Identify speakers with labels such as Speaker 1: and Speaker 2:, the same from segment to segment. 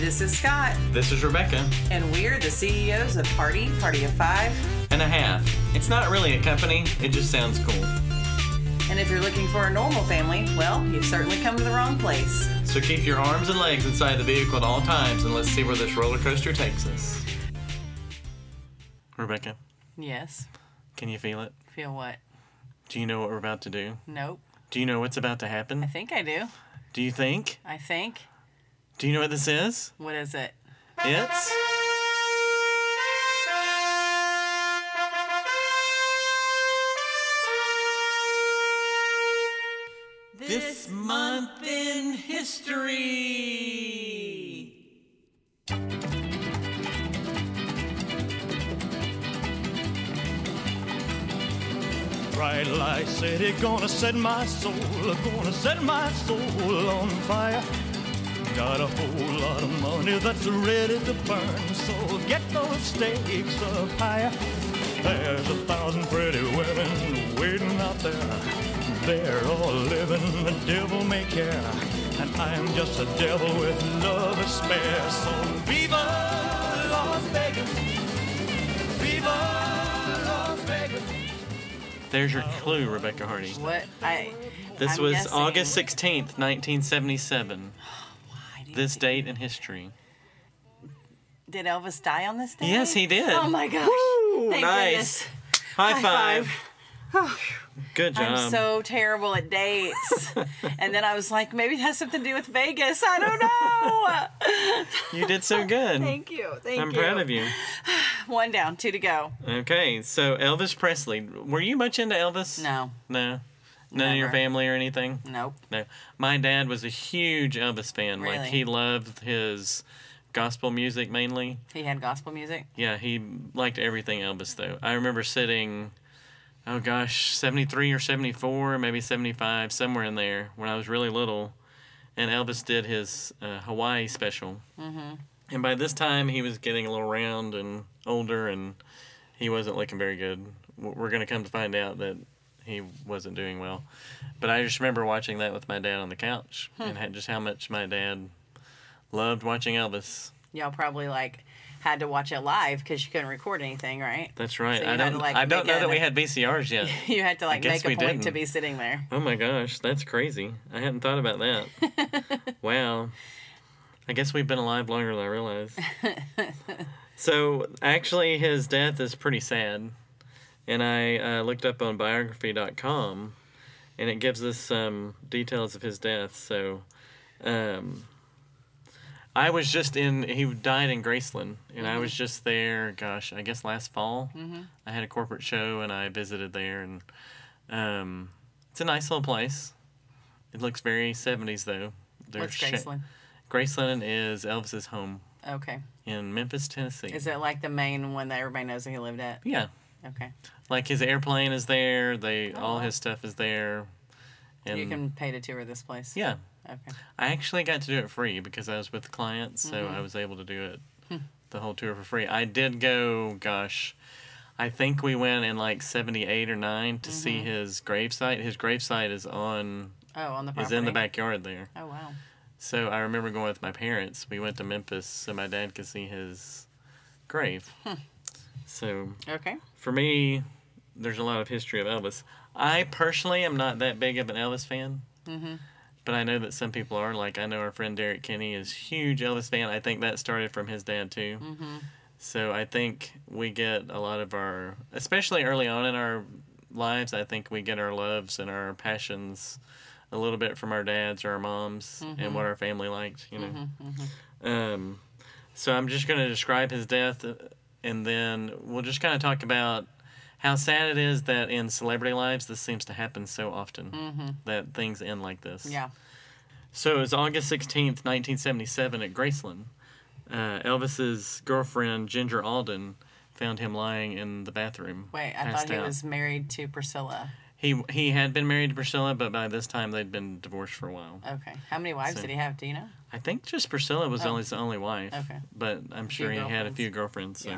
Speaker 1: This is Scott,
Speaker 2: This is Rebecca
Speaker 1: and we're the CEOs of Party, Party of Five.
Speaker 2: and a half. It's not really a company, it just sounds cool.
Speaker 1: And if you're looking for a normal family, well, you've certainly come to the wrong place.
Speaker 2: So keep your arms and legs inside the vehicle at all times and let's see where this roller coaster takes us. Rebecca,
Speaker 1: Yes.
Speaker 2: can you feel it?
Speaker 1: Feel what?
Speaker 2: Do you know what we're about to do?
Speaker 1: Nope.
Speaker 2: Do you know what's about to happen?
Speaker 1: think I do.
Speaker 2: Do you think?
Speaker 1: I think.
Speaker 2: Do you know what this is?
Speaker 1: What is it?
Speaker 2: It's. This month in history.
Speaker 3: Bright light city gonna set my soul, gonna set my soul on fire. Got a whole lot of money that's ready to burn, so get those stakes up higher. There's a thousand pretty women waiting out there. They're all living the devil may care, and I'm just a devil with love to spare. So viva Las Vegas, viva Las Vegas.
Speaker 2: There's your clue, Rebecca Hardy.
Speaker 1: What? I.
Speaker 2: This
Speaker 1: I'm
Speaker 2: was
Speaker 1: guessing-
Speaker 2: August 16th, 1977. This date in history.
Speaker 1: Did Elvis die on this day?
Speaker 2: Yes, he did.
Speaker 1: Oh my gosh.
Speaker 2: Woo,
Speaker 1: Thank
Speaker 2: nice.
Speaker 1: goodness.
Speaker 2: High,
Speaker 1: five.
Speaker 2: five. Good job.
Speaker 1: I'm so terrible at dates. and then I was like, maybe it has something to do with Vegas. I don't know.
Speaker 2: you did so good.
Speaker 1: Thank you. Thank
Speaker 2: I'm
Speaker 1: you.
Speaker 2: proud of you.
Speaker 1: One down, two to go.
Speaker 2: Okay, so Elvis Presley. Were you much into Elvis?
Speaker 1: No,
Speaker 2: No. None of your
Speaker 1: Never.
Speaker 2: family or anything?
Speaker 1: nope.
Speaker 2: No. My dad was a huge Elvis fan. Like
Speaker 1: Really?
Speaker 2: he loved his gospel music mainly.
Speaker 1: He had gospel music.
Speaker 2: Yeah, he liked everything Elvis though. I remember sitting oh gosh, 73 or 74, maybe 75, somewhere in there when I was really little and Elvis did his uh, Hawaii special. Mm-hmm. And by this time he was getting a little round and older and he wasn't looking very good. W- We're going to come to find out that he wasn't doing well. But I just remember watching that with my dad on the couch and had just how much my dad loved watching Elvis.
Speaker 1: Y'all probably like had to watch it live because you couldn't record anything, right?
Speaker 2: That's right.
Speaker 1: So you
Speaker 2: I
Speaker 1: had to,
Speaker 2: don't.
Speaker 1: like,
Speaker 2: I don't
Speaker 1: make
Speaker 2: know that we
Speaker 1: an-
Speaker 2: had VCRs yet.
Speaker 1: You had to like make
Speaker 2: guess
Speaker 1: a
Speaker 2: we
Speaker 1: point to
Speaker 2: didn't.
Speaker 1: be sitting there.
Speaker 2: oh my gosh, that's crazy. I hadn't thought about that. wow. I guess we've been alive longer than I realized. so actually, his death is pretty sad, and I uh, looked up on biography.com, and it gives us some details of his death. So, um, I was just in. He died in Graceland, and I was just there. Gosh, I guess last fall. I had a corporate show, and I visited there, and um, it's a nice little place. It looks very seventies though. There's
Speaker 1: What's
Speaker 2: sha-
Speaker 1: Graceland?
Speaker 2: Graceland is Elvis's home
Speaker 1: Okay.
Speaker 2: in Memphis, Tennessee.
Speaker 1: Is it like the main one that everybody knows that he lived at?
Speaker 2: Yeah,
Speaker 1: Okay.
Speaker 2: like his airplane is there. They all his stuff is there. And
Speaker 1: Oh, you can pay to tour this place.
Speaker 2: yeah,
Speaker 1: Okay.
Speaker 2: I actually got to do it free because I was with clients, so
Speaker 1: Mm-hmm.
Speaker 2: I was able to do it
Speaker 1: Hmm.
Speaker 2: the whole tour for free. I did go, gosh, I think we went in like '78 or '9 to see
Speaker 1: Mm-hmm.
Speaker 2: his gravesite. His gravesite is on
Speaker 1: Oh, on the
Speaker 2: is
Speaker 1: property.
Speaker 2: in the backyard there.
Speaker 1: Oh wow.
Speaker 2: So I remember going with my parents. We went to Memphis so my dad could see his grave. So
Speaker 1: Okay.
Speaker 2: for me, there's a lot of history of Elvis. I personally am not that big of an Elvis fan, but I know that some people are. Like I know our friend Derek Kenny is huge Elvis fan. I think that started from his dad too. So I think we get a lot of our, especially early on in our lives, I think we get our loves and our passions a little bit from our dads or our moms and what our family liked. You know. Um, so I'm just going to describe his death, uh, and then we'll just kind of talk about how sad it is that in celebrity lives this seems to happen so often that things end like this.
Speaker 1: Yeah.
Speaker 2: So it was August 16th, 1977, at Graceland. Uh, Elvis's girlfriend, Ginger Alden, found him lying in the bathroom.
Speaker 1: Wait, I
Speaker 2: passed
Speaker 1: thought he
Speaker 2: out.
Speaker 1: was married to Priscilla.
Speaker 2: He, he had been married to Priscilla, but by this time they'd been divorced for a while.
Speaker 1: Okay. How many wives
Speaker 2: So-
Speaker 1: did he have? Do you know?
Speaker 2: I think just Priscilla was
Speaker 1: Oh.
Speaker 2: only his only wife.
Speaker 1: Okay.
Speaker 2: But I'm sure he had a
Speaker 1: girlfriends.
Speaker 2: few girlfriends. So.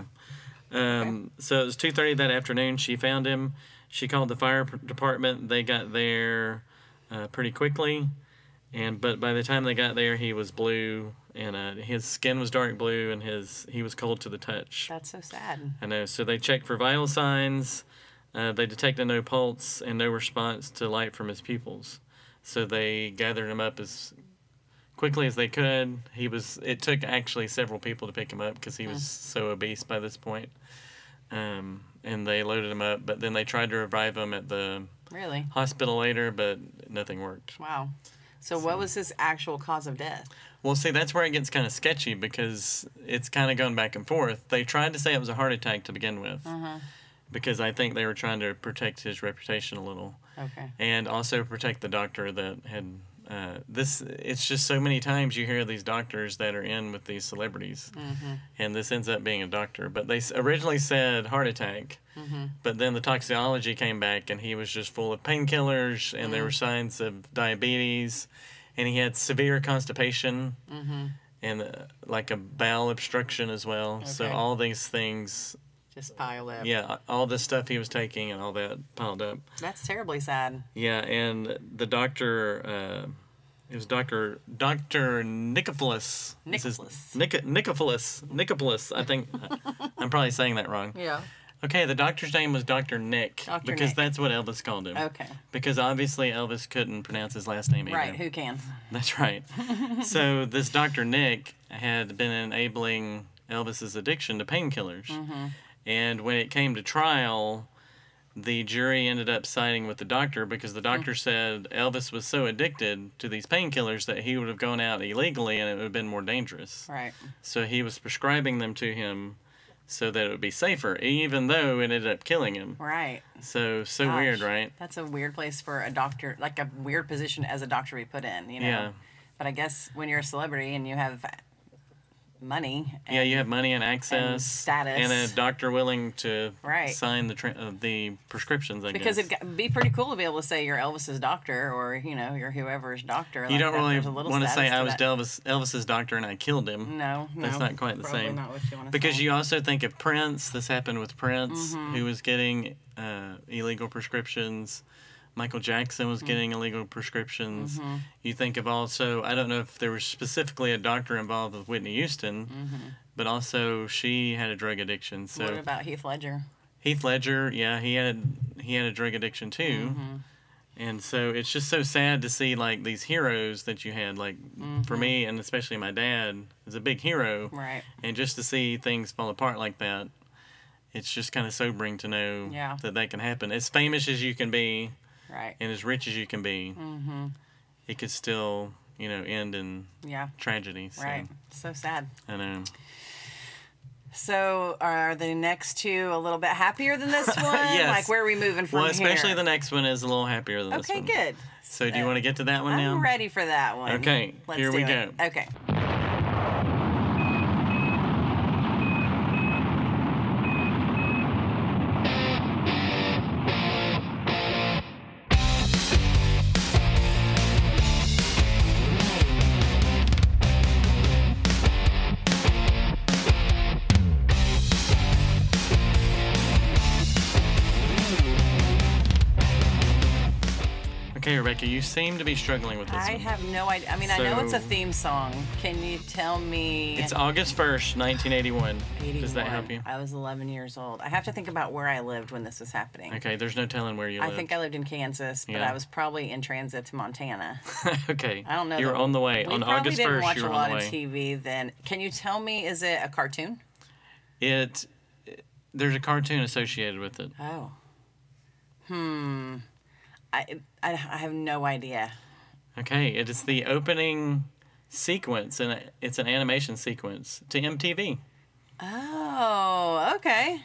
Speaker 1: Yeah.
Speaker 2: Um, So it was two thirty that afternoon. She found him. She called the fire p- department. They got there uh, pretty quickly, and but by the time they got there, he was blue, and uh, his skin was dark blue, and his he was cold to the touch.
Speaker 1: That's so sad.
Speaker 2: I know. uh, So they checked for vital signs. Uh, they detected no pulse and no response to light from his pupils. So they gathered him up as quickly as they could. He was. It took actually several people to pick him up because he was so obese by this point. Um, and they loaded him up, but then they tried to revive him at the
Speaker 1: Really?
Speaker 2: hospital later, but nothing worked.
Speaker 1: Wow. So, what was his actual cause of death?
Speaker 2: Well, see, that's where it gets kind of sketchy because it's kind of going back and forth. They tried to say it was a heart attack to begin with because I think they were trying to protect his reputation a little
Speaker 1: Okay.
Speaker 2: and also protect the doctor that had. Uh, this it's just so many times you hear these doctors that are in with these celebrities and this ends up being a doctor but they s- originally said heart attack but then the toxicology came back and he was just full of painkillers and there were signs of diabetes and he had severe constipation and uh, like a bowel obstruction as well so
Speaker 1: Okay.
Speaker 2: all these things
Speaker 1: Just pile up.
Speaker 2: yeah all the stuff he was taking and all that piled up
Speaker 1: That's terribly sad.
Speaker 2: yeah, and the doctor, uh, it was Doctor Doctor Nicopolis.
Speaker 1: Nicopolis.
Speaker 2: Nic- Nicopolis. Nicopolis. I think I'm probably saying that wrong.
Speaker 1: Yeah.
Speaker 2: Okay, the doctor's name was Doctor Nick
Speaker 1: Dr.
Speaker 2: because
Speaker 1: Nick.
Speaker 2: that's what Elvis called him.
Speaker 1: Okay.
Speaker 2: Because obviously Elvis couldn't pronounce his last name either.
Speaker 1: Right. Who can?
Speaker 2: That's right. so this Dr. Nick had been enabling Elvis's addiction to painkillers.
Speaker 1: Mm-hmm.
Speaker 2: And when it came to trial, the jury ended up siding with the doctor because the doctor
Speaker 1: Mm.
Speaker 2: said Elvis was so addicted to these painkillers that he would have gone out illegally and it would have been more dangerous.
Speaker 1: Right.
Speaker 2: So he was prescribing them to him so that it would be safer, even though it ended up killing him.
Speaker 1: Right.
Speaker 2: So, so weird,
Speaker 1: Gosh,
Speaker 2: right?
Speaker 1: That's a weird place for a doctor, like a weird position as a doctor to be put in, you know?
Speaker 2: Yeah.
Speaker 1: But I guess when you're a celebrity and you have money,
Speaker 2: Yeah, you have money and access
Speaker 1: status.
Speaker 2: and a doctor willing to
Speaker 1: Right.
Speaker 2: sign the tra- uh, the prescriptions. I
Speaker 1: because
Speaker 2: guess.
Speaker 1: it'd g- be pretty cool to be able to say you're Elvis's doctor or, you know, you're whoever's doctor.
Speaker 2: you don't really want to say I was
Speaker 1: Del.
Speaker 2: Elvis, Elvis's doctor and I killed him.
Speaker 1: No, no.
Speaker 2: That's not quite the
Speaker 1: probably
Speaker 2: same.
Speaker 1: not what you want to
Speaker 2: Because
Speaker 1: say.
Speaker 2: you also think of Prince. This happened with Prince,
Speaker 1: Mm-hmm.
Speaker 2: who was getting uh, illegal prescriptions. Michael Jackson
Speaker 1: Mm-hmm.
Speaker 2: was getting illegal prescriptions. You think of also, I don't know if there was specifically a doctor involved with Whitney Houston, but also she had a drug addiction. So
Speaker 1: Mm-hmm. What about Heath Ledger?
Speaker 2: Heath Ledger, yeah, he had he had a drug addiction too,
Speaker 1: Mm-hmm.
Speaker 2: and so it's just so sad to see like these heroes that you had. Like for me, and especially my dad is a big hero,
Speaker 1: Mm-hmm. Right.
Speaker 2: and just to see things fall apart like that, it's just kind of sobering to know
Speaker 1: Yeah.
Speaker 2: that that can happen. As famous as you can be,
Speaker 1: Right.
Speaker 2: and as rich as you can be,
Speaker 1: Mm-hmm.
Speaker 2: it could still you know end in
Speaker 1: Yeah.
Speaker 2: tragedy. So,
Speaker 1: Right. So sad.
Speaker 2: I know.
Speaker 1: So are the next two a little bit happier than this one?
Speaker 2: Yes.
Speaker 1: Like where are we moving from
Speaker 2: Well, especially
Speaker 1: here?
Speaker 2: the next one is a little happier than this
Speaker 1: Okay,
Speaker 2: one.
Speaker 1: good.
Speaker 2: So do you want to get to that one
Speaker 1: I'm
Speaker 2: now?
Speaker 1: ready for that one.
Speaker 2: Okay,
Speaker 1: Let's
Speaker 2: here
Speaker 1: do
Speaker 2: we
Speaker 1: it.
Speaker 2: go.
Speaker 1: Okay.
Speaker 2: Okay, Rebecca, you seem to be struggling with this.
Speaker 1: I
Speaker 2: one.
Speaker 1: have no idea. I mean, I know it's a
Speaker 2: So-
Speaker 1: theme song. Can you tell me?
Speaker 2: It's August 1st, 1981.
Speaker 1: 81?
Speaker 2: Does that help you?
Speaker 1: I was 11 years old. I have to think about where I lived when this was happening.
Speaker 2: Okay, there's no telling where you
Speaker 1: I
Speaker 2: live.
Speaker 1: think I lived in Kansas, but
Speaker 2: Yeah.
Speaker 1: I was probably in transit to Montana.
Speaker 2: okay.
Speaker 1: I don't know.
Speaker 2: You were
Speaker 1: that-
Speaker 2: on the way.
Speaker 1: We
Speaker 2: on
Speaker 1: probably
Speaker 2: August
Speaker 1: didn't
Speaker 2: 1st,
Speaker 1: watch
Speaker 2: you
Speaker 1: a
Speaker 2: were
Speaker 1: lot
Speaker 2: on the
Speaker 1: of
Speaker 2: way.
Speaker 1: TV then. Can you tell me? Is it a cartoon?
Speaker 2: It, there's a cartoon associated with it.
Speaker 1: Oh. Hmm. I, I, I have no idea.
Speaker 2: Okay, it is the opening sequence, and it's an animation sequence to MTV.
Speaker 1: Oh, okay.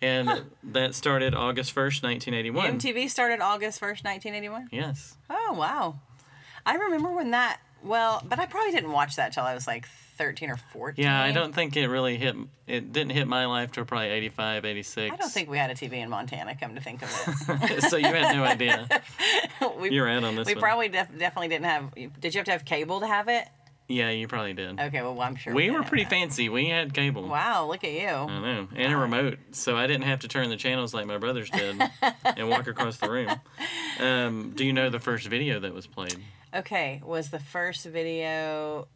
Speaker 2: And that started August 1st, 1981.
Speaker 1: MTV started August 1st, 1981.
Speaker 2: Yes.
Speaker 1: Oh, wow. I remember when that, well, but I probably didn't watch that till I was like 13 or 14.
Speaker 2: Yeah, I don't think it really hit, it didn't hit my life till probably 85, 86.
Speaker 1: I don't think we had a TV in Montana, come to think of
Speaker 2: so you had no idea.
Speaker 1: it. we,
Speaker 2: You're out on this
Speaker 1: We
Speaker 2: one.
Speaker 1: probably def- definitely didn't have, did you have to have cable to have it?
Speaker 2: Yeah, you probably did.
Speaker 1: Okay, well, I'm sure.
Speaker 2: We were
Speaker 1: didn't.
Speaker 2: pretty fancy. We had cable.
Speaker 1: Wow, look at you.
Speaker 2: I know, and a remote, so I didn't have to turn the channels like my brothers did and walk across the room. Um, do you know the first video that was played?
Speaker 1: Okay, was the first video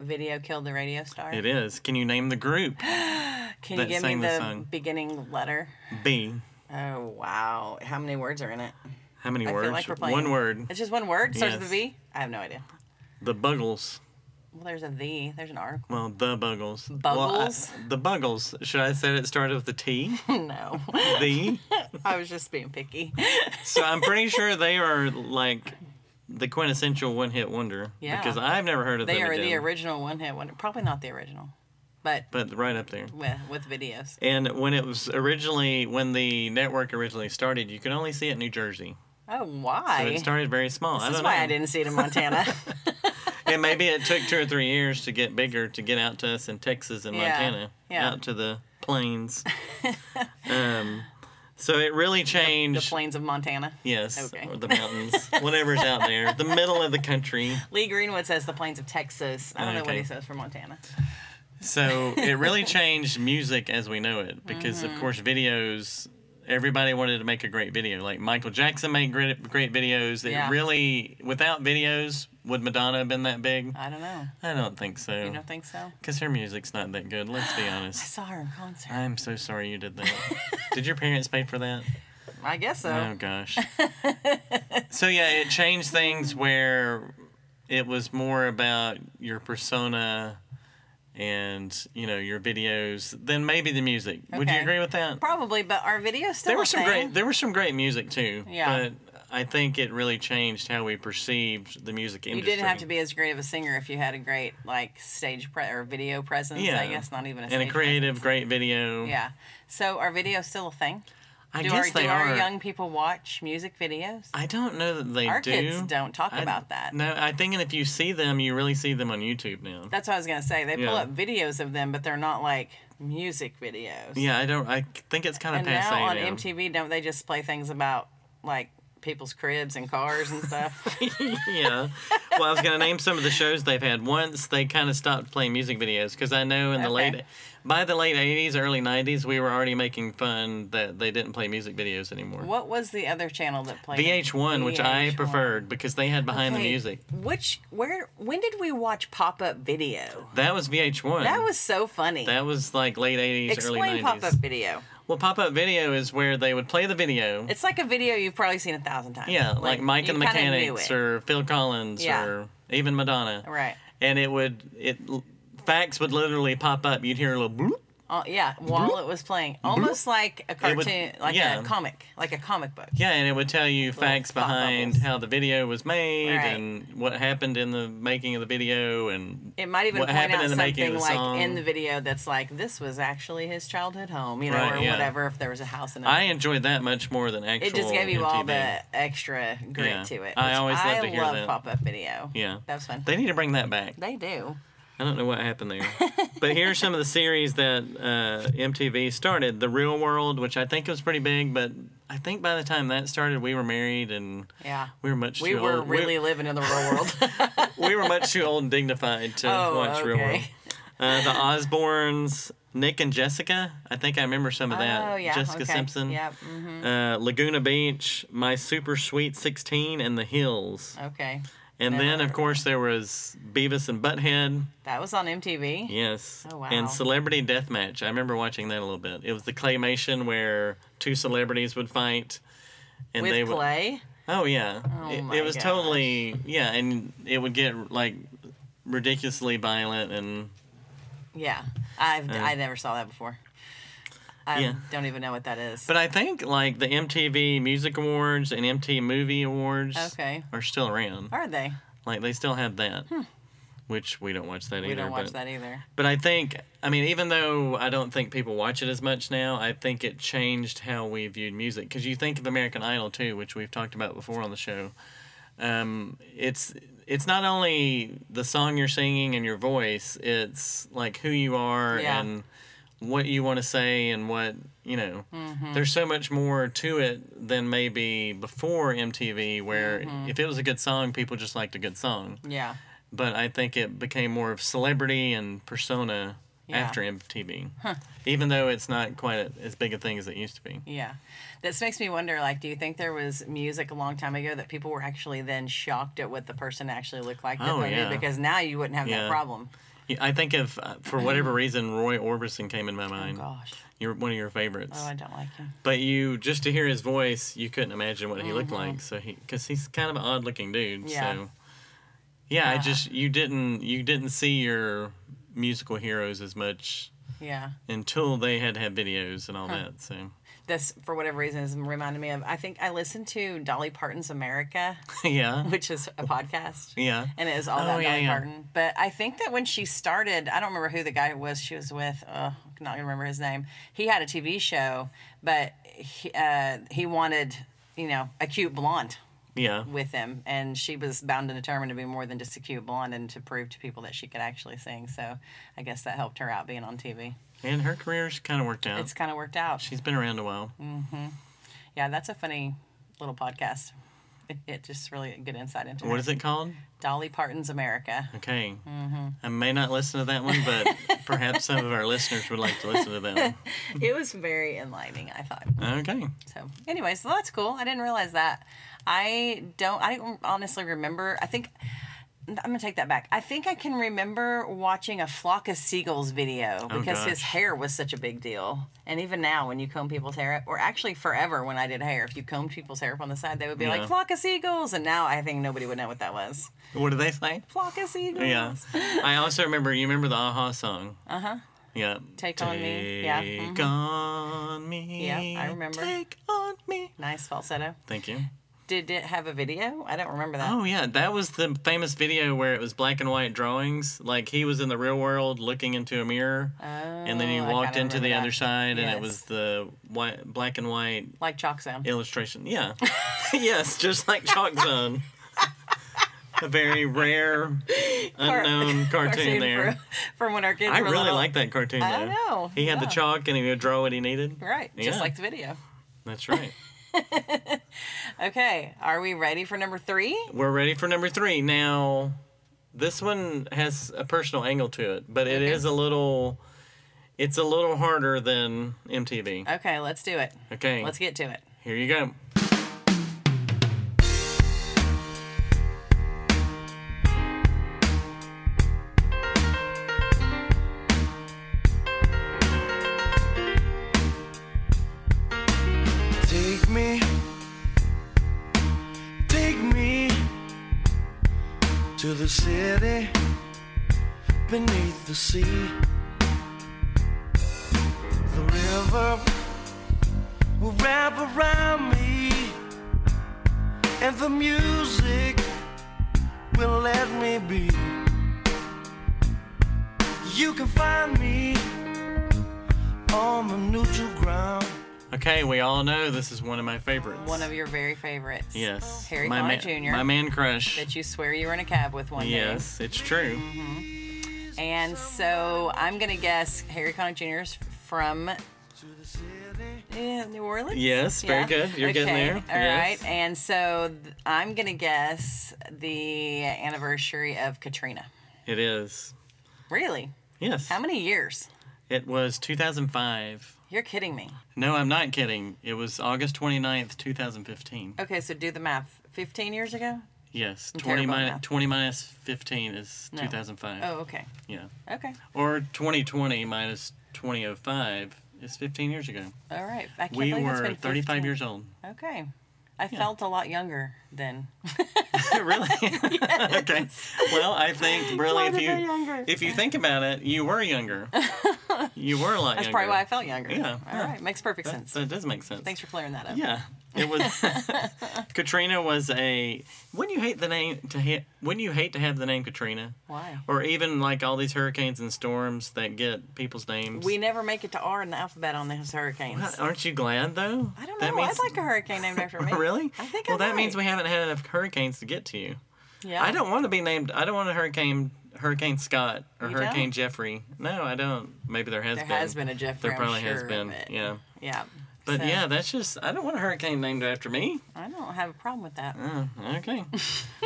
Speaker 1: video killed the radio star?
Speaker 2: It is. Can you name the group?
Speaker 1: Can you
Speaker 2: that
Speaker 1: give me
Speaker 2: sang the
Speaker 1: the
Speaker 2: song.
Speaker 1: beginning letter?
Speaker 2: B.
Speaker 1: Oh wow, how many words are in it?
Speaker 2: How many
Speaker 1: I
Speaker 2: words?
Speaker 1: feel like we're playing.
Speaker 2: One word.
Speaker 1: It's just one word. Starts with a
Speaker 2: Yes.
Speaker 1: V. I have no idea.
Speaker 2: The Buggles.
Speaker 1: Well, there's a V. There's an R.
Speaker 2: Well, the Buggles.
Speaker 1: Buggles?
Speaker 2: Well, I- the Buggles. Should I say it started with the T?
Speaker 1: no,
Speaker 2: The.
Speaker 1: I was just being picky.
Speaker 2: So I'm pretty sure they are like the quintessential one-hit wonder.
Speaker 1: Yeah.
Speaker 2: Because I've never heard of
Speaker 1: They
Speaker 2: them
Speaker 1: are the
Speaker 2: again,
Speaker 1: original one hit wonder. Probably not the original, but
Speaker 2: But right up there.
Speaker 1: with, with videos.
Speaker 2: And when it was originally, when the network originally started, you could only see it in New Jersey.
Speaker 1: Oh,
Speaker 2: So
Speaker 1: why?
Speaker 2: it started very small.
Speaker 1: this
Speaker 2: I
Speaker 1: is
Speaker 2: don't
Speaker 1: why
Speaker 2: know.
Speaker 1: I didn't see it in Montana.
Speaker 2: And maybe it took two or three years to get bigger to get out to us in Texas and
Speaker 1: Yeah,
Speaker 2: Montana,
Speaker 1: yeah.
Speaker 2: out to the plains. um, so it really
Speaker 1: the
Speaker 2: changed.
Speaker 1: plains of Montana.
Speaker 2: yes,
Speaker 1: Okay.
Speaker 2: or the mountains, whatever's out there, the middle of the country.
Speaker 1: Lee Greenwood says the plains of Texas. I don't know what
Speaker 2: Okay.
Speaker 1: he says for Montana.
Speaker 2: So it really changed music as we know it because,
Speaker 1: Mm-hmm.
Speaker 2: of course, videos. Everybody wanted to make a great video. Like Michael Jackson made great, great videos. It
Speaker 1: Yeah.
Speaker 2: really, without videos, would Madonna have been that big?
Speaker 1: I don't know.
Speaker 2: I don't think
Speaker 1: You
Speaker 2: so.
Speaker 1: don't think so?
Speaker 2: Because her music's not that good. Let's be honest.
Speaker 1: I saw her in concert.
Speaker 2: I'm so sorry you did that. did your parents pay for that?
Speaker 1: I guess so.
Speaker 2: Oh gosh. so yeah, it changed things where it was more about your persona and you know your videos than maybe the music. Would you
Speaker 1: Okay.
Speaker 2: agree with that?
Speaker 1: Probably, but our videos still
Speaker 2: There
Speaker 1: a
Speaker 2: were some
Speaker 1: thing.
Speaker 2: great there was some great music too.
Speaker 1: Yeah.
Speaker 2: But I think it really changed how we perceived the music
Speaker 1: You
Speaker 2: industry.
Speaker 1: didn't have to be as great of a singer if you had a great like stage pre- or video presence.
Speaker 2: Yeah.
Speaker 1: I guess not even a
Speaker 2: and a
Speaker 1: stage
Speaker 2: creative,
Speaker 1: presence.
Speaker 2: great video.
Speaker 1: Yeah. So are videos still a thing?
Speaker 2: I
Speaker 1: Do
Speaker 2: guess
Speaker 1: our
Speaker 2: they
Speaker 1: do
Speaker 2: are.
Speaker 1: our young people watch music videos?
Speaker 2: I don't know that they
Speaker 1: Our
Speaker 2: do.
Speaker 1: kids don't talk
Speaker 2: I-
Speaker 1: about that.
Speaker 2: No, I think, and if you see them, you really see them on YouTube now.
Speaker 1: That's what I was gonna say. They pull
Speaker 2: Yeah.
Speaker 1: up videos of them, but they're not like music videos.
Speaker 2: Yeah, I don't. I think it's kind of
Speaker 1: And now
Speaker 2: passe
Speaker 1: on MTV, don't they just play things about like people's cribs and cars and stuff?
Speaker 2: yeah. Well, I was gonna name some of the shows they've had. Once they kind of stopped playing music videos because I know in the
Speaker 1: Okay.
Speaker 2: late, by the late '80s, early '90s, we were already making fun that they didn't play music videos anymore.
Speaker 1: what was the other channel that played? it?
Speaker 2: VH1, which I
Speaker 1: VH1.
Speaker 2: preferred because they had behind the
Speaker 1: Okay,
Speaker 2: music.
Speaker 1: Which where when did we watch pop up video?
Speaker 2: That was VH1.
Speaker 1: That was so funny.
Speaker 2: that was like late '80s, early
Speaker 1: Explain
Speaker 2: '90s.
Speaker 1: pop up video.
Speaker 2: Well, pop-up video is where they would play the video.
Speaker 1: It's like a video you've probably seen a thousand times.
Speaker 2: yeah, like, Mike
Speaker 1: you
Speaker 2: and the
Speaker 1: kinda knew
Speaker 2: Mechanics
Speaker 1: it.
Speaker 2: or Phil Collins
Speaker 1: Yeah.
Speaker 2: or even Madonna.
Speaker 1: right.
Speaker 2: and it would it facts would literally pop up. You'd hear a little bloop.
Speaker 1: Oh yeah, while it was playing, almost like a
Speaker 2: It would-
Speaker 1: cartoon, like
Speaker 2: yeah.
Speaker 1: a comic, like a comic book.
Speaker 2: Yeah, and it would tell you facts
Speaker 1: thought
Speaker 2: behind
Speaker 1: bubbles.
Speaker 2: how the video was made
Speaker 1: Right.
Speaker 2: and what happened in the making of the video and
Speaker 1: It might even
Speaker 2: What
Speaker 1: point
Speaker 2: happened
Speaker 1: out
Speaker 2: in the making
Speaker 1: something
Speaker 2: of the
Speaker 1: like
Speaker 2: song.
Speaker 1: in the video that's like this was actually his childhood home, you know,
Speaker 2: Right,
Speaker 1: or
Speaker 2: yeah.
Speaker 1: whatever. If there was a house in it,
Speaker 2: I enjoyed that much more than actual.
Speaker 1: it just gave you
Speaker 2: MTV.
Speaker 1: all the extra grit
Speaker 2: Yeah.
Speaker 1: to it.
Speaker 2: I
Speaker 1: which
Speaker 2: always love to hear
Speaker 1: love
Speaker 2: that.
Speaker 1: pop up video.
Speaker 2: Yeah.
Speaker 1: that was fun.
Speaker 2: They need to bring that back.
Speaker 1: They do.
Speaker 2: I don't know what happened there. but here are some of the series that uh, MTV started. The Real World, which I think was pretty big, but I think by the time that started, we were married and
Speaker 1: Yeah.
Speaker 2: we were much
Speaker 1: We
Speaker 2: too
Speaker 1: were
Speaker 2: old.
Speaker 1: really living in the real world.
Speaker 2: we were much too old and dignified to
Speaker 1: Oh,
Speaker 2: watch Real
Speaker 1: okay.
Speaker 2: World. Uh, the Osbournes, Nick and Jessica. I think I remember some of that.
Speaker 1: oh yeah.
Speaker 2: Jessica
Speaker 1: okay.
Speaker 2: Simpson.
Speaker 1: Yep. mhm.
Speaker 2: Uh, Laguna Beach, My Super Sweet 16, and The Hills.
Speaker 1: Okay.
Speaker 2: And
Speaker 1: never
Speaker 2: then,
Speaker 1: heard
Speaker 2: of
Speaker 1: of
Speaker 2: course, there was Beavis and Butthead.
Speaker 1: That was on MTV.
Speaker 2: Yes.
Speaker 1: Oh, wow.
Speaker 2: And Celebrity Deathmatch. I remember watching that a little bit. It was the claymation where two celebrities would fight. And
Speaker 1: With
Speaker 2: they would.
Speaker 1: Clay.
Speaker 2: Oh yeah,
Speaker 1: Oh,
Speaker 2: it,
Speaker 1: my
Speaker 2: it was
Speaker 1: gosh.
Speaker 2: totally yeah, and it would get like ridiculously violent and
Speaker 1: Yeah. I've I never saw that before. I
Speaker 2: Yeah.
Speaker 1: don't even know what that is.
Speaker 2: but I think like the MTV Music Awards and MTV Movie Awards
Speaker 1: Okay.
Speaker 2: are still around.
Speaker 1: Are they?
Speaker 2: Like they still have that. Which we don't watch that either.
Speaker 1: We don't watch
Speaker 2: but,
Speaker 1: that either.
Speaker 2: But I think I mean even though I don't think people watch it as much now, I think it changed how we viewed music cuz you think of American Idol too, which we've talked about before on the show. Um it's it's not only the song you're singing and your voice, it's like who you are
Speaker 1: Yeah.
Speaker 2: and what you want to say and what, you know. There's so much more to it than maybe before MTV where if it was a good song, people just liked a good song
Speaker 1: Yeah.
Speaker 2: but I think it became more of celebrity and persona
Speaker 1: Yeah.
Speaker 2: after MTV. Even though it's not quite a, as big a thing as it used to be.
Speaker 1: Yeah. This makes me wonder like, do you think there was music a long time ago that people were actually then shocked at what the person actually looked like? that
Speaker 2: Oh,
Speaker 1: they did?
Speaker 2: yeah.
Speaker 1: Because now you wouldn't have
Speaker 2: Yeah.
Speaker 1: that problem.
Speaker 2: Yeah, I think if, uh, for whatever reason, Roy Orbison came in my mind.
Speaker 1: Gosh.
Speaker 2: You're one of your favorites.
Speaker 1: Oh, I don't like him.
Speaker 2: But you just to hear his voice, you couldn't imagine what he looked like. So he, because he's kind of an odd looking dude.
Speaker 1: Mm-hmm. Yeah. Uh.
Speaker 2: So yeah, I
Speaker 1: Yeah.
Speaker 2: just you didn't you didn't see your musical heroes as much
Speaker 1: Yeah.
Speaker 2: until they had had videos and all that. So
Speaker 1: This, for whatever reason, is reminded me of, I think I listened to Dolly Parton's America,
Speaker 2: yeah,
Speaker 1: which is a podcast.
Speaker 2: yeah.
Speaker 1: And it was all
Speaker 2: Oh,
Speaker 1: about
Speaker 2: yeah,
Speaker 1: Dolly
Speaker 2: yeah.
Speaker 1: Parton. But I think that when she started, I don't remember who the guy was she was with. Uh, not gonna remember his name. He had a TV show, but he, uh, he wanted, you know, a cute blonde
Speaker 2: yeah.
Speaker 1: with him, and she was bound and determined to be more than just a cute blonde, and to prove to people that she could actually sing. So I guess that helped her out being on TV.
Speaker 2: And her career's kind of worked out.
Speaker 1: It's kind of worked out.
Speaker 2: She's been around a while.
Speaker 1: Yeah, that's a funny little podcast. It, it just really good insight into
Speaker 2: What
Speaker 1: her.
Speaker 2: is it called?
Speaker 1: Dolly Parton's America.
Speaker 2: Okay.
Speaker 1: Mm-hmm.
Speaker 2: I may not listen to that one, but perhaps some of our listeners would like to listen to that
Speaker 1: it was very enlightening, I thought.
Speaker 2: one. Okay.
Speaker 1: So, anyway, so that's cool. I didn't realize that. I don't. I don't honestly remember. I think I'm gonna take that back. I think I can remember watching a flock of seagulls video because his
Speaker 2: Oh, gosh.
Speaker 1: hair was such a big deal. And even now, when you comb people's hair, or actually forever when I did hair, if you combed people's hair up on the side, they would be like
Speaker 2: Yeah.
Speaker 1: flock of seagulls. And now I think nobody would know what that was.
Speaker 2: What do they say?
Speaker 1: Flock of seagulls.
Speaker 2: Yeah. I also remember, you remember the Aha song? Uh huh. Yeah.
Speaker 1: Uh-huh. Take on me. Yeah.
Speaker 2: Take
Speaker 1: Mhm.
Speaker 2: on me.
Speaker 1: Yeah, I remember. Uh,
Speaker 2: Take on me.
Speaker 1: Nice falsetto.
Speaker 2: Thank you.
Speaker 1: Did it have a video? I don't remember that.
Speaker 2: Oh, yeah. That was the famous video where it was black and white drawings. Like he was in the real world looking into a mirror. and then he
Speaker 1: Oh, I
Speaker 2: walked
Speaker 1: kinda
Speaker 2: into the
Speaker 1: remember
Speaker 2: other
Speaker 1: that.
Speaker 2: side, and
Speaker 1: Yes.
Speaker 2: it was the white, black and white
Speaker 1: Like chalk sound.
Speaker 2: illustration. Yeah. yes, just like Chalk Zone. a very rare, unknown cartoon there.
Speaker 1: From, from when our kids
Speaker 2: I
Speaker 1: were
Speaker 2: really
Speaker 1: little.
Speaker 2: like that cartoon though.
Speaker 1: I know,
Speaker 2: He had the
Speaker 1: yeah.
Speaker 2: chalk and he would draw what he needed.
Speaker 1: Right, just
Speaker 2: Yeah.
Speaker 1: like the video.
Speaker 2: That's right.
Speaker 1: Okay, are we ready for number three?
Speaker 2: We're ready for number three. Now, this one has a personal angle to it, but it is a little. It's a little harder than MTV.
Speaker 1: Okay, let's do it.
Speaker 2: Okay.
Speaker 1: Let's get to it.
Speaker 2: Here you go.
Speaker 4: Take me, take me to the city beneath the sea. The river will wrap around me, and the music will let me be. You can find me on the neutral ground.
Speaker 2: Okay, we all know this is one of my favorites.
Speaker 1: One of your very favorites.
Speaker 2: yes,
Speaker 1: Harry
Speaker 2: my
Speaker 1: Connick
Speaker 2: man-
Speaker 1: Jr.
Speaker 2: My man crush.
Speaker 1: That you swear you were in a cab with one
Speaker 2: Yes, it's true.
Speaker 1: day. And so I'm going to guess Harry Connick Jr. is from yeah, New Orleans?
Speaker 2: Yes, very
Speaker 1: Yeah.
Speaker 2: good. You're getting
Speaker 1: Okay,
Speaker 2: there.
Speaker 1: All right.
Speaker 2: Yes.
Speaker 1: And so th- I'm going to guess the anniversary of Katrina.
Speaker 2: It is.
Speaker 1: Really?
Speaker 2: Yes.
Speaker 1: How many years?
Speaker 2: It was 2005.
Speaker 1: You're kidding me.
Speaker 2: No, I'm not kidding. It was August 29th, 2015.
Speaker 1: Okay, so do the math. 15 years ago?
Speaker 2: Yes,
Speaker 1: terrible
Speaker 2: 20
Speaker 1: at
Speaker 2: minus,
Speaker 1: math.
Speaker 2: 20 minus 15 is 2005.
Speaker 1: Oh, okay.
Speaker 2: Yeah.
Speaker 1: Okay.
Speaker 2: Or 2020 minus 2005 is 15 years ago.
Speaker 1: All right. I can't
Speaker 2: We
Speaker 1: believe it's
Speaker 2: were
Speaker 1: been
Speaker 2: 35
Speaker 1: 15.
Speaker 2: years old.
Speaker 1: Okay. I felt a lot younger then.
Speaker 2: really? okay. Well, I think really
Speaker 1: Quite
Speaker 2: if
Speaker 1: a bit
Speaker 2: you
Speaker 1: younger.
Speaker 2: if you think about it, you were younger. you were a lot
Speaker 1: That's
Speaker 2: younger.
Speaker 1: probably why I felt younger.
Speaker 2: Yeah,
Speaker 1: All right.
Speaker 2: yeah.
Speaker 1: Makes perfect
Speaker 2: That-
Speaker 1: sense.
Speaker 2: That, does make sense.
Speaker 1: Thanks for clearing that up.
Speaker 2: Yeah, it was. Katrina was a. Wouldn't you hate the name to hit? Wouldn't you hate to have the name Katrina?
Speaker 1: Why?
Speaker 2: Or even like all these hurricanes and storms that get people's names.
Speaker 1: We never make it to R in the alphabet on those hurricanes.
Speaker 2: Aren't you glad though?
Speaker 1: I don't know. I'd like a hurricane named after me.
Speaker 2: Really?
Speaker 1: I think
Speaker 2: Well,
Speaker 1: I
Speaker 2: that means
Speaker 1: might.
Speaker 2: we haven't had enough hurricanes to get to you.
Speaker 1: Yeah.
Speaker 2: I don't want to be named. I don't want a hurricane. Hurricane Scott or
Speaker 1: You
Speaker 2: Hurricane
Speaker 1: don't?
Speaker 2: Jeffrey. No, I don't. Maybe there has
Speaker 1: There
Speaker 2: been.
Speaker 1: has been a Jeffrey.
Speaker 2: There
Speaker 1: I'm
Speaker 2: probably
Speaker 1: sure
Speaker 2: has
Speaker 1: of
Speaker 2: been.
Speaker 1: it.
Speaker 2: Yeah.
Speaker 1: Yeah.
Speaker 2: But
Speaker 1: So-
Speaker 2: yeah, that's just I don't want a hurricane named after me.
Speaker 1: I don't have a problem with that.
Speaker 2: Oh, okay.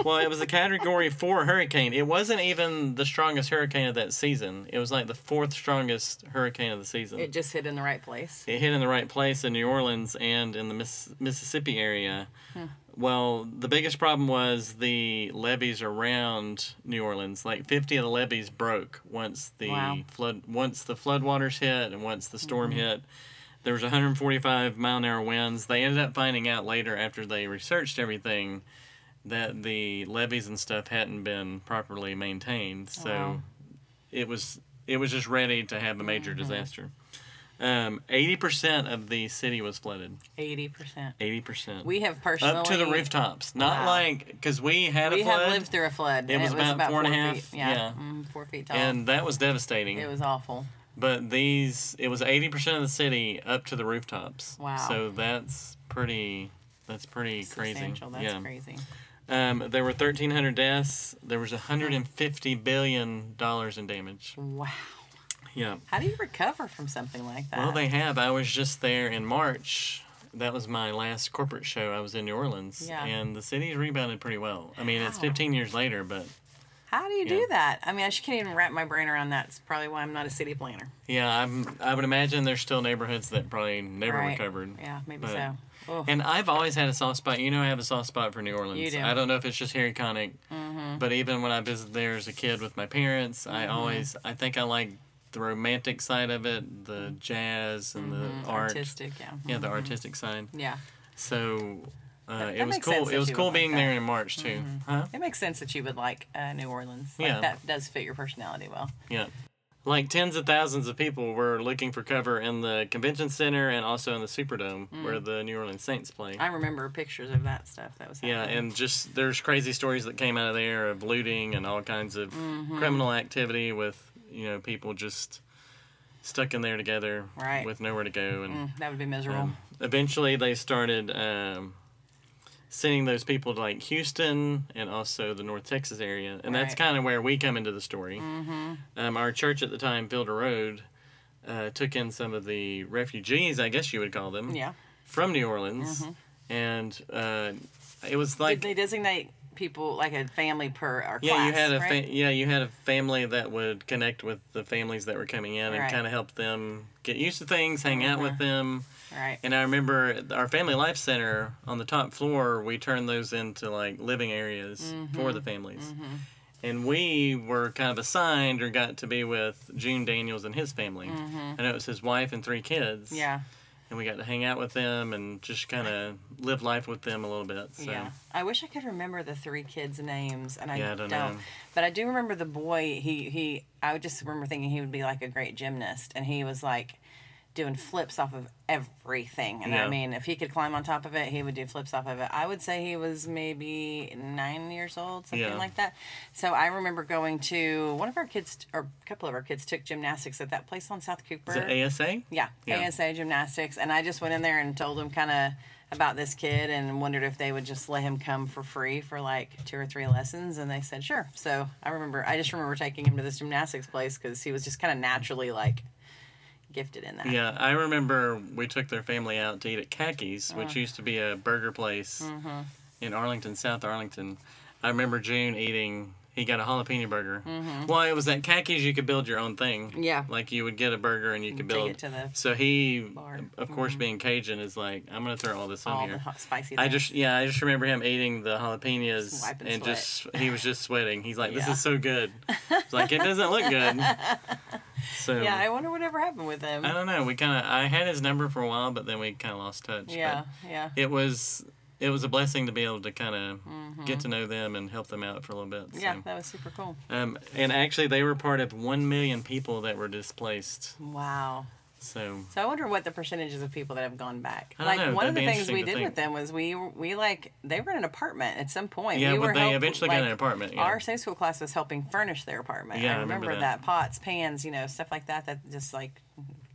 Speaker 2: well, it was a Category Four hurricane. It wasn't even the strongest hurricane of that season. It was like the fourth strongest hurricane of the season.
Speaker 1: It just hit in the right place.
Speaker 2: it hit in the right place in New Orleans and in the Miss- Mississippi area. Well, the biggest problem was the levees around New Orleans. Like 50 of the levees broke once the
Speaker 1: Wow. Mm-hmm.
Speaker 2: flood once the floodwaters hit and once the storm hit. There was 145 mile an hour winds. They ended up finding out later after they researched everything that the levees and stuff hadn't been properly maintained. So
Speaker 1: Oh, Wow. Mm-hmm.
Speaker 2: it was it was just ready to have a major disaster. Um, 80% of the city was flooded.
Speaker 1: Eighty percent.
Speaker 2: 80%.
Speaker 1: We have personally
Speaker 2: up to the rooftops. Not
Speaker 1: Wow.
Speaker 2: like because we had a
Speaker 1: We
Speaker 2: flood
Speaker 1: have lived through a flood.
Speaker 2: It
Speaker 1: and
Speaker 2: was about four and a half,
Speaker 1: Feet, yeah,
Speaker 2: yeah.
Speaker 1: Mm, four feet tall.
Speaker 2: and that was devastating.
Speaker 1: it was awful.
Speaker 2: but these it was 80% of the city up to the rooftops.
Speaker 1: Wow.
Speaker 2: So that's pretty that's pretty crazy.
Speaker 1: Substantial. That's
Speaker 2: yeah.
Speaker 1: crazy.
Speaker 2: Um, there were 1300 deaths. There was 150 billion dollars in damage.
Speaker 1: Wow.
Speaker 2: Yeah.
Speaker 1: How do you recover from something like that?
Speaker 2: Well, they have. I was just there in March. That was my last corporate show. I was in New Orleans,
Speaker 1: Yeah.
Speaker 2: and the city's rebounded pretty well. I mean, it's
Speaker 1: How?
Speaker 2: 15 years later, but
Speaker 1: How do you
Speaker 2: Yeah.
Speaker 1: do that? I mean, I just can't even wrap my brain around that. It's probably why I'm not a city planner.
Speaker 2: yeah, I'm. I would imagine there's still neighborhoods that probably never
Speaker 1: Right.
Speaker 2: recovered.
Speaker 1: Yeah, maybe
Speaker 2: But-
Speaker 1: so. Oh,
Speaker 2: And I've always had a soft spot. You know, I have a soft spot for New Orleans.
Speaker 1: You do. Mm-hmm.
Speaker 2: I don't know if it's just Harry Connick, but even when I visited there as a kid with my parents, I always, I think I like the romantic side of it, the jazz and the art.
Speaker 1: Mm-hmm. artistic, yeah.
Speaker 2: Yeah, the artistic side.
Speaker 1: Yeah.
Speaker 2: So uh,
Speaker 1: That-
Speaker 2: it
Speaker 1: that
Speaker 2: was
Speaker 1: makes sense
Speaker 2: cool.
Speaker 1: that
Speaker 2: It was
Speaker 1: you would
Speaker 2: cool
Speaker 1: like
Speaker 2: being
Speaker 1: that. Mm-hmm.
Speaker 2: there in March too. Huh?
Speaker 1: It makes sense that you would like uh, New Orleans. Like,
Speaker 2: Yeah.
Speaker 1: That does fit your personality well.
Speaker 2: Yeah. Like tens of thousands of people were looking for cover in the convention center and also in the Superdome where the New Orleans Saints play.
Speaker 1: Mm. I remember pictures of that stuff. That was
Speaker 2: Yeah,
Speaker 1: happening.
Speaker 2: and just there's crazy stories that came out of there of looting and all kinds of
Speaker 1: Mm-hmm.
Speaker 2: criminal activity with you know people just stuck in there together
Speaker 1: Right.
Speaker 2: with nowhere to go and
Speaker 1: Mm, that would be miserable.
Speaker 2: um, eventually they started um, sending those people to like Houston and also the North Texas area, and
Speaker 1: Right.
Speaker 2: that's
Speaker 1: Mm-hmm.
Speaker 2: kind of where we come into the story. Um, our church at the time, Builder Road, uh, took in some of the refugees, I guess you would call them,
Speaker 1: yeah. Mm-hmm.
Speaker 2: from New Orleans, and uh, it was
Speaker 1: Did
Speaker 2: like
Speaker 1: they designate people like a family per or
Speaker 2: yeah,
Speaker 1: class?
Speaker 2: you had a
Speaker 1: right?
Speaker 2: fa- yeah, you had a family that would connect with the families that were coming in and
Speaker 1: Right. Mm-hmm.
Speaker 2: kind of help them get used to things, hang out with them.
Speaker 1: Right.
Speaker 2: And I remember at our family life center on the top floor, we turned those into like living areas
Speaker 1: Mm-hmm.
Speaker 2: for the families. And we were kind of assigned or got to be with June Daniels and his family. And it was his wife and three kids.
Speaker 1: Mm-hmm. Yeah.
Speaker 2: And we got to hang out with them and just kind of live life with them a little bit. So
Speaker 1: Yeah. I wish I could remember the three kids' names, and I,
Speaker 2: Yeah, I
Speaker 1: don't.
Speaker 2: don't know.
Speaker 1: But I do remember the boy. He he. I would just remember thinking he would be like a great gymnast, and he was like doing flips off of everything. And I
Speaker 2: Yeah.
Speaker 1: mean, if he could climb on top of it, he would do flips off of it. I would say he was maybe nine years old, something
Speaker 2: Yeah.
Speaker 1: like that. So I remember going to one of our kids, or a couple of our kids, took gymnastics at that place on South Cooper.
Speaker 2: is it ASA?
Speaker 1: Yeah,
Speaker 2: Yeah.
Speaker 1: ASA gymnastics. And I just went in there and told them kind of about this kid and wondered if they would just let him come for free for like two or three lessons. And they said, sure. So I remember, I just remember taking him to this gymnastics place because he was just kind of naturally like gifted in that.
Speaker 2: Yeah, I remember we took their family out to eat at Khakis, which used to be a burger place
Speaker 1: Mm-hmm.
Speaker 2: in Arlington, South Arlington. I remember June eating. He got a jalapeno burger. Well, it was at Khakis you could build your own thing.
Speaker 1: Mm-hmm. Yeah.
Speaker 2: Like you would get a burger and you could
Speaker 1: Take
Speaker 2: build.
Speaker 1: it to the
Speaker 2: so he,
Speaker 1: bar. Mm-hmm.
Speaker 2: of course, being Cajun, is like, I'm gonna throw all this in
Speaker 1: All
Speaker 2: here.
Speaker 1: the hot, spicy
Speaker 2: I
Speaker 1: things.
Speaker 2: just yeah, I just remember him eating the jalapenos
Speaker 1: Wiping
Speaker 2: and
Speaker 1: sweat.
Speaker 2: just he was just sweating. He's like, "This
Speaker 1: Yeah.
Speaker 2: is so good." It's like it doesn't look good. So
Speaker 1: yeah, I wonder whatever happened with him.
Speaker 2: I don't know. We kind of I had his number for a while, but then we kind of lost touch.
Speaker 1: Yeah, yeah.
Speaker 2: But it was it was a blessing to be able to kind of get to know them and help them out for a little bit. So.
Speaker 1: Mm-hmm. Yeah, that was super cool.
Speaker 2: Um, and actually, they were part of one million people that were displaced.
Speaker 1: Wow.
Speaker 2: So
Speaker 1: So I wonder what the percentages of people that have gone back.
Speaker 2: I don't
Speaker 1: Like
Speaker 2: know.
Speaker 1: one of the
Speaker 2: That'd be
Speaker 1: things we
Speaker 2: interesting to
Speaker 1: did
Speaker 2: think.
Speaker 1: with them was we we like they were in an apartment at some point.
Speaker 2: yeah,
Speaker 1: we
Speaker 2: but
Speaker 1: were
Speaker 2: they
Speaker 1: help-
Speaker 2: eventually
Speaker 1: like,
Speaker 2: got an apartment. Yeah.
Speaker 1: Our Sunday school class was helping furnish their apartment.
Speaker 2: Yeah,
Speaker 1: I remember, that.
Speaker 2: that.
Speaker 1: pots, pans, you know, stuff like that. That just like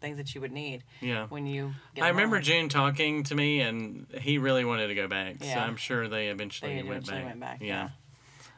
Speaker 1: things that you would need
Speaker 2: yeah.
Speaker 1: when you. Get
Speaker 2: I remember
Speaker 1: along.
Speaker 2: June talking to me, and he really wanted to go back. So
Speaker 1: Yeah.
Speaker 2: I'm sure they eventually,
Speaker 1: They
Speaker 2: went,
Speaker 1: eventually
Speaker 2: back.
Speaker 1: went back,
Speaker 2: Yeah.
Speaker 1: yeah.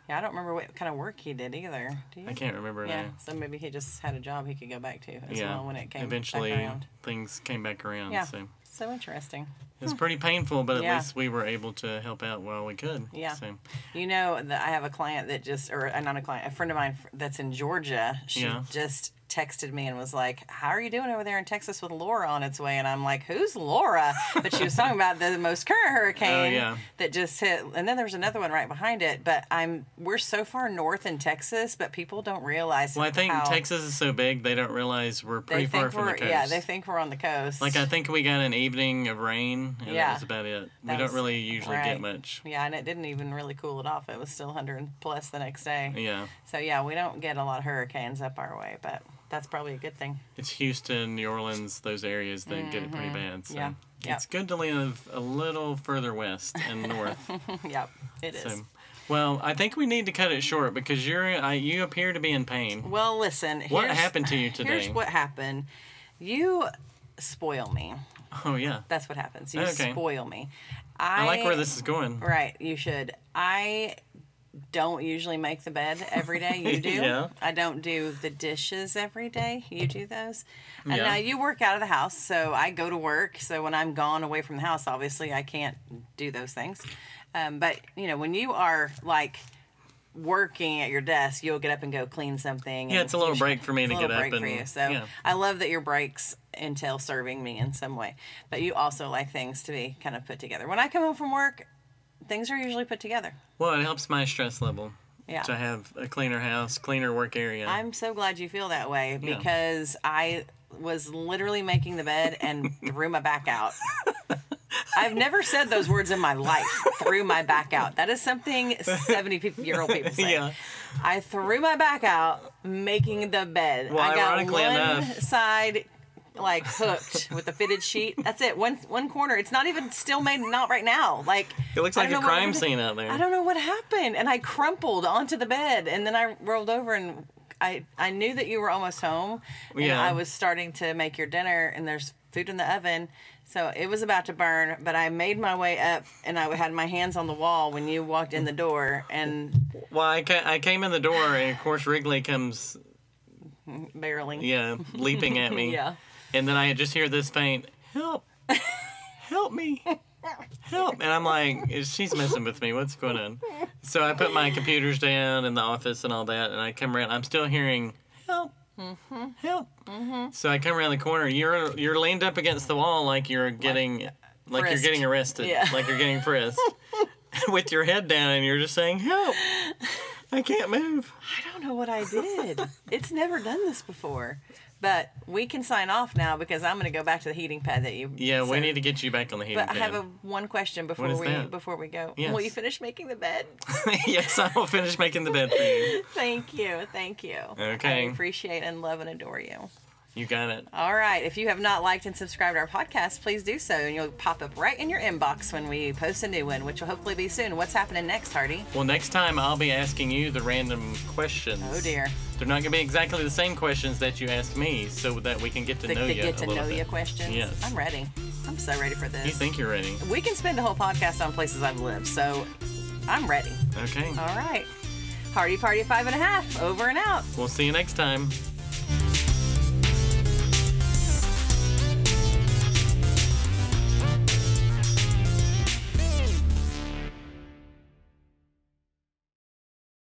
Speaker 1: Yeah, I don't remember what kind of work he did either. Do you?
Speaker 2: I can't remember
Speaker 1: Yeah,
Speaker 2: now.
Speaker 1: so maybe he just had a job he could go back to as
Speaker 2: yeah.
Speaker 1: well when it came back
Speaker 2: eventually,
Speaker 1: around.
Speaker 2: things came back around.
Speaker 1: Yeah.
Speaker 2: So
Speaker 1: So interesting.
Speaker 2: It's pretty painful, but at
Speaker 1: Yeah.
Speaker 2: least we were able to help out while we could.
Speaker 1: Yeah.
Speaker 2: So,
Speaker 1: You know, that I have a client that just, or uh, not a client, a friend of mine that's in Georgia. She
Speaker 2: Yeah.
Speaker 1: just texted me and was like, "How are you doing over there in Texas with Laura on its way?" And I'm like, "Who's Laura?" But she was talking about the most current hurricane
Speaker 2: Oh, yeah.
Speaker 1: that just hit, and then there was another one right behind it. But I'm we're so far north in Texas, but people don't realize.
Speaker 2: well, I think
Speaker 1: how
Speaker 2: Texas is so big they don't realize we're
Speaker 1: They
Speaker 2: pretty
Speaker 1: think
Speaker 2: far from the
Speaker 1: we're
Speaker 2: coast.
Speaker 1: yeah. They think we're on the coast.
Speaker 2: like I think we got an evening of rain, and
Speaker 1: Yeah.
Speaker 2: that was about it.
Speaker 1: That
Speaker 2: we don't
Speaker 1: was-
Speaker 2: really usually
Speaker 1: right.
Speaker 2: get much.
Speaker 1: yeah, and it didn't even really cool it off. It was still 100 plus the next day.
Speaker 2: Yeah,
Speaker 1: So yeah, we don't get a lot of hurricanes up our way, but that's probably a good thing.
Speaker 2: it's Houston, New Orleans, those areas that get it pretty bad. So
Speaker 1: Mm-hmm. Yeah. Yep.
Speaker 2: it's good to live a little further west and north.
Speaker 1: yep, it is.
Speaker 2: so, well, I think we need to cut it short because you're I, you appear to be in pain.
Speaker 1: Well, listen.
Speaker 2: What
Speaker 1: here's-
Speaker 2: happened to you today?
Speaker 1: Here's what happened. You spoil me.
Speaker 2: Oh yeah,
Speaker 1: That's what happens. You
Speaker 2: Okay.
Speaker 1: spoil me.
Speaker 2: I like where this is going.
Speaker 1: Right, you should. I don't usually make the bed every day. You do.
Speaker 2: Yeah.
Speaker 1: I don't do the dishes every day. You do those. And
Speaker 2: Yeah.
Speaker 1: now you work out of the house, so I go to work. So when I'm gone away from the house, obviously I can't do those things. Um, but you know, when you are like working at your desk, you'll get up and go clean something.
Speaker 2: Yeah,
Speaker 1: and
Speaker 2: it's a little
Speaker 1: you
Speaker 2: break for me
Speaker 1: it's
Speaker 2: to
Speaker 1: a
Speaker 2: get
Speaker 1: little
Speaker 2: up
Speaker 1: break
Speaker 2: and
Speaker 1: for you. So
Speaker 2: yeah.
Speaker 1: I love that your breaks entail serving me in some way, but you also like things to be kind of put together. When I come home from work, things are usually put together.
Speaker 2: Well, it helps my stress level
Speaker 1: Yeah.
Speaker 2: to have a cleaner house, cleaner work area.
Speaker 1: I'm so glad you feel that way
Speaker 2: Yeah.
Speaker 1: because I was literally making the bed and threw my back out. I've never said those words in my life. Threw my back out. That is something 70 peop year old people say.
Speaker 2: yeah.
Speaker 1: I threw my back out making the bed.
Speaker 2: Well,
Speaker 1: I got
Speaker 2: ironically
Speaker 1: one
Speaker 2: enough-
Speaker 1: side like hooked with a fitted sheet. That's it. One one corner. It's not even still made not right now. Like
Speaker 2: It looks
Speaker 1: I
Speaker 2: like
Speaker 1: don't
Speaker 2: a
Speaker 1: know what
Speaker 2: crime
Speaker 1: happened.
Speaker 2: scene out there.
Speaker 1: I don't know what happened. And I crumpled onto the bed and then I rolled over and I, I knew that you were almost home. And
Speaker 2: Yeah.
Speaker 1: I was starting to make your dinner and there's food in the oven. So it was about to burn, but I made my way up and I had my hands on the wall when you walked in the door and
Speaker 2: Well, I, ca- I came in the door, and of course Wrigley comes,
Speaker 1: barreling.
Speaker 2: yeah, leaping at me.
Speaker 1: Yeah.
Speaker 2: And then I just hear this faint, "Help! Help me! Help!" And I'm like, "Is- "She's messing with me. What's going on?" So I put my computers down in the office and all that, and I come around. I'm still hearing, "Help! Help!" So I come around the corner. You're you're leaned up against the wall like you're getting, like, you're
Speaker 1: frisked.
Speaker 2: getting arrested,
Speaker 1: Yeah.
Speaker 2: like you're getting frisked, with your head down, and you're just saying, "Help! I can't move."
Speaker 1: I don't know what I did. it's never done this before. But we can sign off now because I'm going to go back to the heating pad that you.
Speaker 2: Yeah, we
Speaker 1: said.
Speaker 2: need to get you back on the heating
Speaker 1: But I
Speaker 2: pad.
Speaker 1: have a one question before
Speaker 2: is
Speaker 1: we
Speaker 2: that?
Speaker 1: before we go.
Speaker 2: Yes.
Speaker 1: Will you finish making the bed?
Speaker 2: yes, I will finish making the bed for you.
Speaker 1: Thank you. Thank you.
Speaker 2: Okay.
Speaker 1: I appreciate and love and adore you.
Speaker 2: You got it.
Speaker 1: All right. If you have not liked and subscribed to our podcast, please do so, and you'll pop up right in your inbox when we post a new one, which will hopefully be soon. What's happening next, Hardy?
Speaker 2: Well, next time I'll be asking you the random questions.
Speaker 1: Oh, dear.
Speaker 2: They're not going to be exactly the same questions that you asked me, so that we can get to
Speaker 1: The,
Speaker 2: know
Speaker 1: the
Speaker 2: you
Speaker 1: get
Speaker 2: a
Speaker 1: to
Speaker 2: little
Speaker 1: know
Speaker 2: bit.
Speaker 1: you questions.
Speaker 2: Yes.
Speaker 1: I'm ready. I'm so ready for this.
Speaker 2: You think you're ready?
Speaker 1: we can spend a whole podcast on places I've lived, so I'm ready.
Speaker 2: Okay.
Speaker 1: All right. Hardy Party Five and a Half, over and out.
Speaker 2: We'll see you next time.